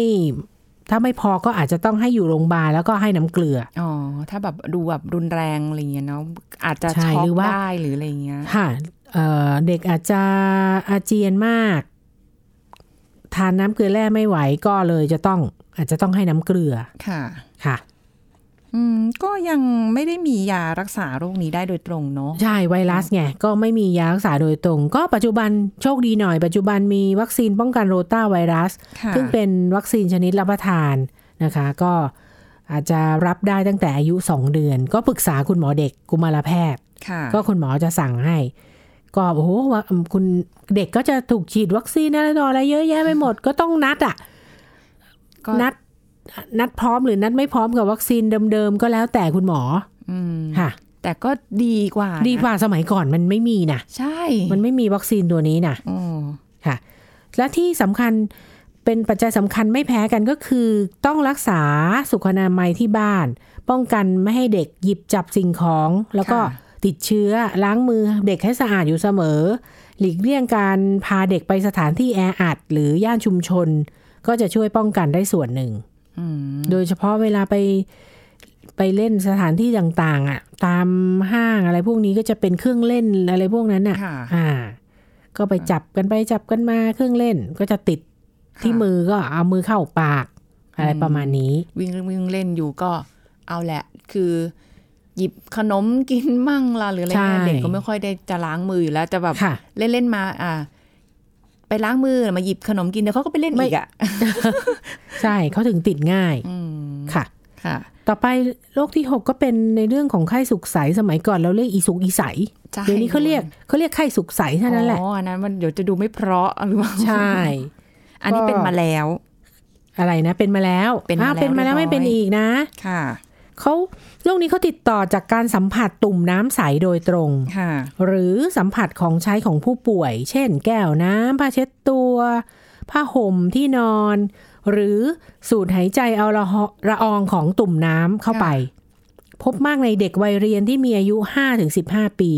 Speaker 3: ถ้าไม่พอก็อาจจะต้องให้อยู่โรงพยาบาลแล้วก็ให้น้ำเกลือ
Speaker 4: อ๋อ ถ้าแบบดูแบบรุนแรงอะไรเงี้ยเนาะ อาจจะ
Speaker 3: ใช่
Speaker 4: ช็อก
Speaker 3: หรือว่า
Speaker 4: ได้หรืออะไรเงี้ย
Speaker 3: ค่ะเอ่อเด็กอาจจะอาเจียนมาก ทานน้ำเกลือแร่ไม่ไหวก็เลยจะต้องอาจจะต้องให้น้ำเกลือ
Speaker 4: ค่ะ
Speaker 3: ค่ะ
Speaker 4: อืม ก็ยังไม่ได้มียารักษาโรคนี้ได้โดยตรงเนาะ
Speaker 3: ใช่ไวรัสไงก็ไม่มียารักษาโดยตรง ก็ปัจจุบันโชคดีหน่อย ปัจจุบันมีวัคซีนป้องกันโรต้าไวรัส
Speaker 4: ค่ะ
Speaker 3: ซึ่งเป็นวัคซีนชนิดรับประทานนะคะ ก็อาจจะรับได้ตั้งแต่อายุ 2 เดือน ก็ปรึกษาคุณหมอเด็กกุมารแพทย์
Speaker 4: ค่ะ
Speaker 3: ก็คุณหมอจะสั่งให้ ก็โอ้โหว่าคุณเด็กก็จะถูกฉีดวัคซีนอะไรต่ออะไรเยอะแยะไปหมดก็ต้องนัดอ่ะ
Speaker 4: ก็
Speaker 3: นัดนัดพร้อมหรือนัดไม่พร้อมกับวัคซีนเดิมๆก็แล้วแต่คุณหมอ
Speaker 4: อืม
Speaker 3: ค่ะ
Speaker 4: แต่ก็ดีกว่านะ
Speaker 3: ดีกว่าสมัยก่อนมันไม่มีนะ
Speaker 4: ใช่
Speaker 3: มันไม่มีวัคซีนตัวนี้นะ
Speaker 4: โอ้
Speaker 3: ค่ะ และที่สำคัญเป็นปัจจัยสำคัญไม่แพ้กันก็คือ ต้องรักษาสุขอนามัยที่บ้าน ป้องกันไม่ให้เด็กหยิบจับสิ่งของ แล้วก็ติดเชื้อล้างมือเด็กให้สะอาดอยู่เสมอ หลีกเลี่ยงการพาเด็กไปสถานที่แออัด หรือย่านชุมชน ก็จะช่วยป้องกันได้ส่วนหนึ่ง
Speaker 4: อืม
Speaker 3: โดยเฉพาะเวลาไปไปเล่นสถานที่ต่างๆอ่ะตามห้างอะไรพวกนี้ก็จะเป็นเครื่องเล่นอะไรพวกนั้นอ่ะ
Speaker 4: ค่ะ
Speaker 3: อ่า ก็ไปจับกันไปจับกันมาเครื่องเล่นก็จะติดที่มือก็เอามือเข้าปาก อะไรประมาณนี้
Speaker 4: วิ่งวิ่งเล่นอยู่ก็เอาแหละ คือ หยิบขนมกินมั่งละหรืออะไรเงี้ย
Speaker 3: ใช่
Speaker 4: เด็กก็ไม่ค่อยได้จะล้างมืออยู่แล้วจะแบบ
Speaker 3: ค่ะ
Speaker 4: เล่นเล่นๆมา อ่า ไปล้างมือมาหยิบขนมกินเดี๋ยวเขาก็ไปเล่น
Speaker 3: ไม่
Speaker 4: อีกอ่ะ
Speaker 3: ใช่เขาถึงติดง่าย
Speaker 4: อืม
Speaker 3: ค่ะ
Speaker 4: ค่ะ
Speaker 3: ต่อไปโรคที่หกก็เป็นในเรื่องของไข้สุกใสสมัยก่อนเราเรียกอีสุกอีใส
Speaker 4: ใช่
Speaker 3: เดี๋ยวนี้เขาเรียกเขาเรียกไข้สุกใสเท่านั้นแหละ
Speaker 4: อ๋ออันนั้นมันเดี๋ยวจะดูไม่เพราะหรือเปล่า
Speaker 3: ใช่
Speaker 4: อันนี้เป็นมาแล้ว
Speaker 3: อะไรนะ เป็นมาแล้ว
Speaker 4: เป็นมา
Speaker 3: อ้ว
Speaker 4: แล้ว
Speaker 3: เป็นมาแล้ว
Speaker 4: เรีย
Speaker 3: ไม่
Speaker 4: บร้อย
Speaker 3: เป็นอีกนะ
Speaker 4: ค่ะ
Speaker 3: เขาโรคนี้เขาติดต่อจากการสัมผัสตุ่มน้ำใสโดยตรง
Speaker 4: ค่ะ
Speaker 3: หรือสัมผัสของใช้ของผู้ป่วย เช่น แก้วน้ำผ้าเช็ดตัว ผ้าห่มที่นอน หรือสูดหายใจเอาละหอละอองของตุ่มน้ำเข้าไป พบมากในเด็กวัยเรียนที่มีอายุ 5-15 ปี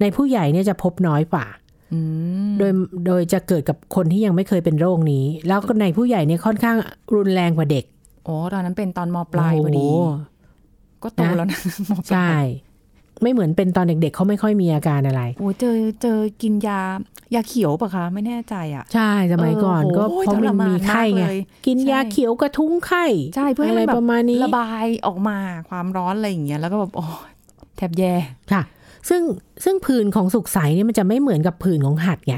Speaker 3: ในผู้ใหญ่เนี่ยจะพบน้อยกว่า
Speaker 4: อืม
Speaker 3: โดยโดยจะเกิดกับคนที่ยังไม่เคยเป็นโรคนี้ แล้วก็ในผู้ใหญ่เนี่ยค่อนข้างรุนแรงกว่าเด็ก
Speaker 4: โอ้ตอนนั้นเป็นตอนมปลายพอดี
Speaker 3: โโห
Speaker 4: ก็โต
Speaker 3: นะ
Speaker 4: แล้วนะมปลา
Speaker 3: ใช่
Speaker 4: ย
Speaker 3: ไม่เหมือนเป็นตอนเด็กๆเขาไม่ค่อยมีอาการอะไร
Speaker 4: โอ้เจอเจอกินยายาเขียวปะคะ ไม่แน่ใจอ่ะ
Speaker 3: ใช่สมัยก่อน
Speaker 4: เออ
Speaker 3: ก็
Speaker 4: โอ้ย
Speaker 3: เพราะมันมีไข้ไง
Speaker 4: ทรมานมากเลย
Speaker 3: กิน
Speaker 4: ใช่
Speaker 3: ยาเขียวกระทุ้งไข้
Speaker 4: ใช่เพื่อให้
Speaker 3: อะไร
Speaker 4: มันแบ
Speaker 3: ป
Speaker 4: บ
Speaker 3: ระมาณนี้
Speaker 4: ระบายออกมาความร้อนอะไรอย่างเงี้ยแล้วก็แบบโอ้ยแทบแย่
Speaker 3: ค่ะ ซึ่งซึ่งผื่นของสุกใสเนี่ยมันจะไม่เหมือนกับผื่นของหัดไง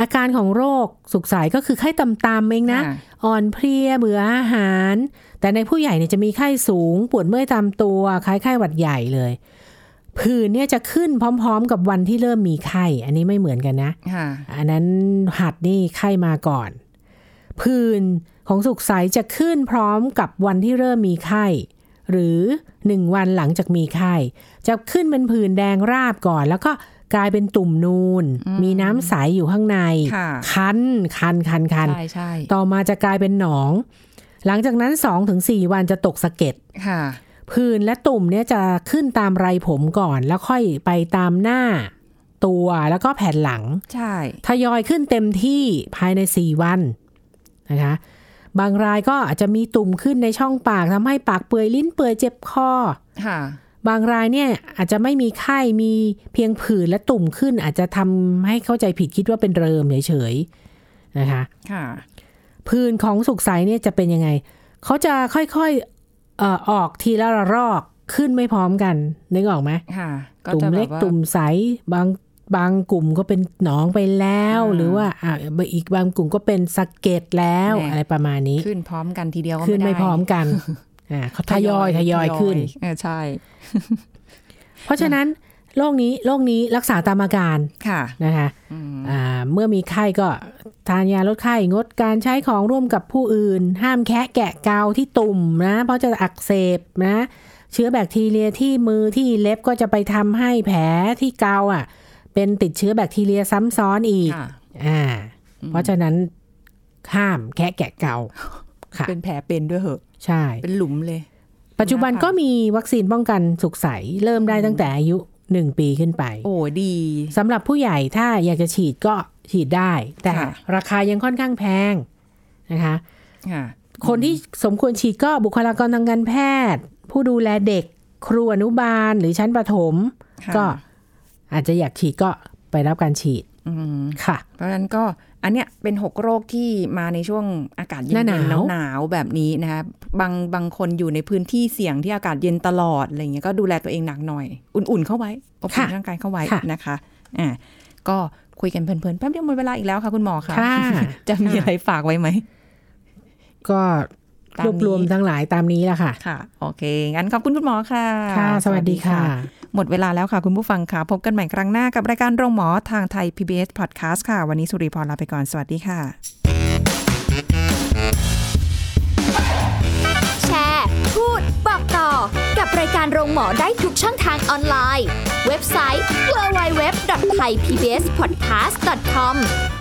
Speaker 3: อาการของโรคสุกใสก็คือไข้ต่ำๆเองนะ
Speaker 4: ค่ะ
Speaker 3: อ่อนเพลียเบื่ออาหาร แต่ในผู้ใหญ่เนี่ยจะมีไข้สูง ปวดเมื่อยตามตัว คล้ายไข้หวัดใหญ่เลย ผื่นเนี่ยจะขึ้นพร้อมๆ กับวันที่เริ่มมีไข้ อันนี้ไม่เหมือนกันนะ
Speaker 4: ค่ะ
Speaker 3: อันนั้นหัดนี่ไข้มาก่อน ผื่นของสุกใสจะขึ้นพร้อมกับวันที่เริ่มมีไข้ หรือหนึ่งวันหลังจากมีไข้ จะขึ้นเป็นผื่นแดงราบก่อน แล้วก็กลายเป็นตุ่มนูน มีน้ำใสอยู่ข้างใน
Speaker 4: ค่ะ
Speaker 3: คันคันคันคัน
Speaker 4: ใช่ใช่
Speaker 3: ต่อมาจะกลายเป็นหนอง หลังจากนั้น 2-4 วันจะตกสะเก็ด
Speaker 4: ค่ะ
Speaker 3: ผื่นและตุ่มเนี่ยจะขึ้นตามไรผมก่อน แล้วค่อยไปตามหน้า ตัวแล้วก็แผ่นหลัง
Speaker 4: ใช่
Speaker 3: ทยอยขึ้นเต็มที่ภายใน 4 วันนะคะ บางรายก็อาจจะมีตุ่มขึ้นในช่องปากทำให้ปากเปื่อยลิ้นเปื่อยเจ็บคอ
Speaker 4: ค่ะ
Speaker 3: บางรายเนี่ยอาจจะไม่มีไข้มีเพียงผื่นและตุ่มขึ้น อาจจะทำให้เข้าใจผิดคิดว่าเป็นเริมเฉยๆนะคะ
Speaker 4: ค่ะ
Speaker 3: ผื่นของสุกใสเนี่ยจะเป็นยังไง เขาจะค่อยๆเอ่อออกทีละระรอกขึ้นไม่พร้อมกันนึกออกไหม
Speaker 4: ค่ะ
Speaker 3: ตุ่ม
Speaker 4: จะแบบ
Speaker 3: เล็ก
Speaker 4: ว่า
Speaker 3: ตุ่มใสบางบางกลุ่มก็เป็นหนองไปแล้ว
Speaker 4: อ่า
Speaker 3: หรือว่าอ่าอีกบางกลุ่มก็เป็นสะเก็ดแล้ว
Speaker 4: แน่
Speaker 3: อะไรประมาณนี้
Speaker 4: ขึ้นพร้อมกันทีเดียวก็
Speaker 3: ขึ้น
Speaker 4: ด้
Speaker 3: ไม่พร้อมกันอ่าเขาทยอยทยอยขึ้น
Speaker 4: เออใช่
Speaker 3: เพราะฉะนั้นโรคนี้โรคนี้รักษาตามอาการ
Speaker 4: ค่ะ
Speaker 3: นะคะ
Speaker 4: อืม
Speaker 3: อ่าเมื่อมีไข้ก็ทานยาลดไข้งดการใช้ของร่วมกับผู้อื่น ห้ามแคะแกะเกาที่ตุ่มนะ เพราะจะอักเสบนะ เชื้อแบคทีเรียที่มือที่เล็บก็จะไปทำให้แผลที่เกาอ่ะ เป็นติดเชื้อแบคทีเรียซ้ำซ้อนอีก
Speaker 4: ค่ะ
Speaker 3: อ่า
Speaker 4: อืม
Speaker 3: เพราะฉะนั้นห้ามแคะแกะเกา ค่ะ
Speaker 4: เป็นแผลเป็นด้วยเหอะ
Speaker 3: ใช่
Speaker 4: เป็นหลุมเลย
Speaker 3: ปัจจุบันก็มีวัคซีนป้องกันสุกใส เริ่มได้ตั้งแต่อายุ 1 ปีขึ้นไป
Speaker 4: โอ้ดี
Speaker 3: สำหรับผู้ใหญ่ถ้าอยากจะฉีดก็ฉีดได้ แต่ราคายังค่อนข้างแพงนะคะ
Speaker 4: ค่ะ
Speaker 3: คนที่สมควรฉีดก็บุคลากรทางการแพทย์ ผู้ดูแลเด็ก ครูอนุบาลหรือชั้นประถม
Speaker 4: ค่ะ
Speaker 3: ก็อาจจะอยากฉีดก็ไปรับการฉีด
Speaker 4: อืม
Speaker 3: ค่ะ
Speaker 4: เพราะฉะนั้นก็อันเนี้ยเป็นหกโรคที่มาในช่วงอากาศเย็น
Speaker 3: หน้าหนาว
Speaker 4: หนาวๆแบบนี้นะคะบางบางคนอยู่ในพื้นที่เสี่ยงที่อากาศเย็นตลอดอะไรเงี้ยก็ดูแลตัวเองหนักหน่อย อุ่นๆเข้าไว้อบอุ่นร่างกายเข้าไว้นะคะอ่าก็คุยกันเพลินๆแป๊บเดียวหมดเวลาอีกแล้วค่ะคุณหมอค่ะ
Speaker 3: ค่ะ
Speaker 4: จะมีอะไรฝากไว้ไหม
Speaker 3: ก็
Speaker 4: ตามนี้
Speaker 3: รวบรวมทั้งหลายตามนี้แหละค่ะ
Speaker 4: ค่ะ โอเค งั้นขอบคุณคุณหมอค่ะ
Speaker 3: ค่ะ สวัสดีค่ะ
Speaker 4: หมดเวลาแล้วค่ะคุณผู้ฟังค่ะ พบกันใหม่ครั้งหน้ากับรายการโรงหมอทางไทย PBS Podcast ค่ะ วันนี้สุริพรลาไปก่อน สวัสดีค่ะ
Speaker 1: แชร์ พูด บอกต่อกับรายการโรงหมอได้ทุกช่องทางออนไลน์ เว็บไซต์ www.thaipbspodcast.com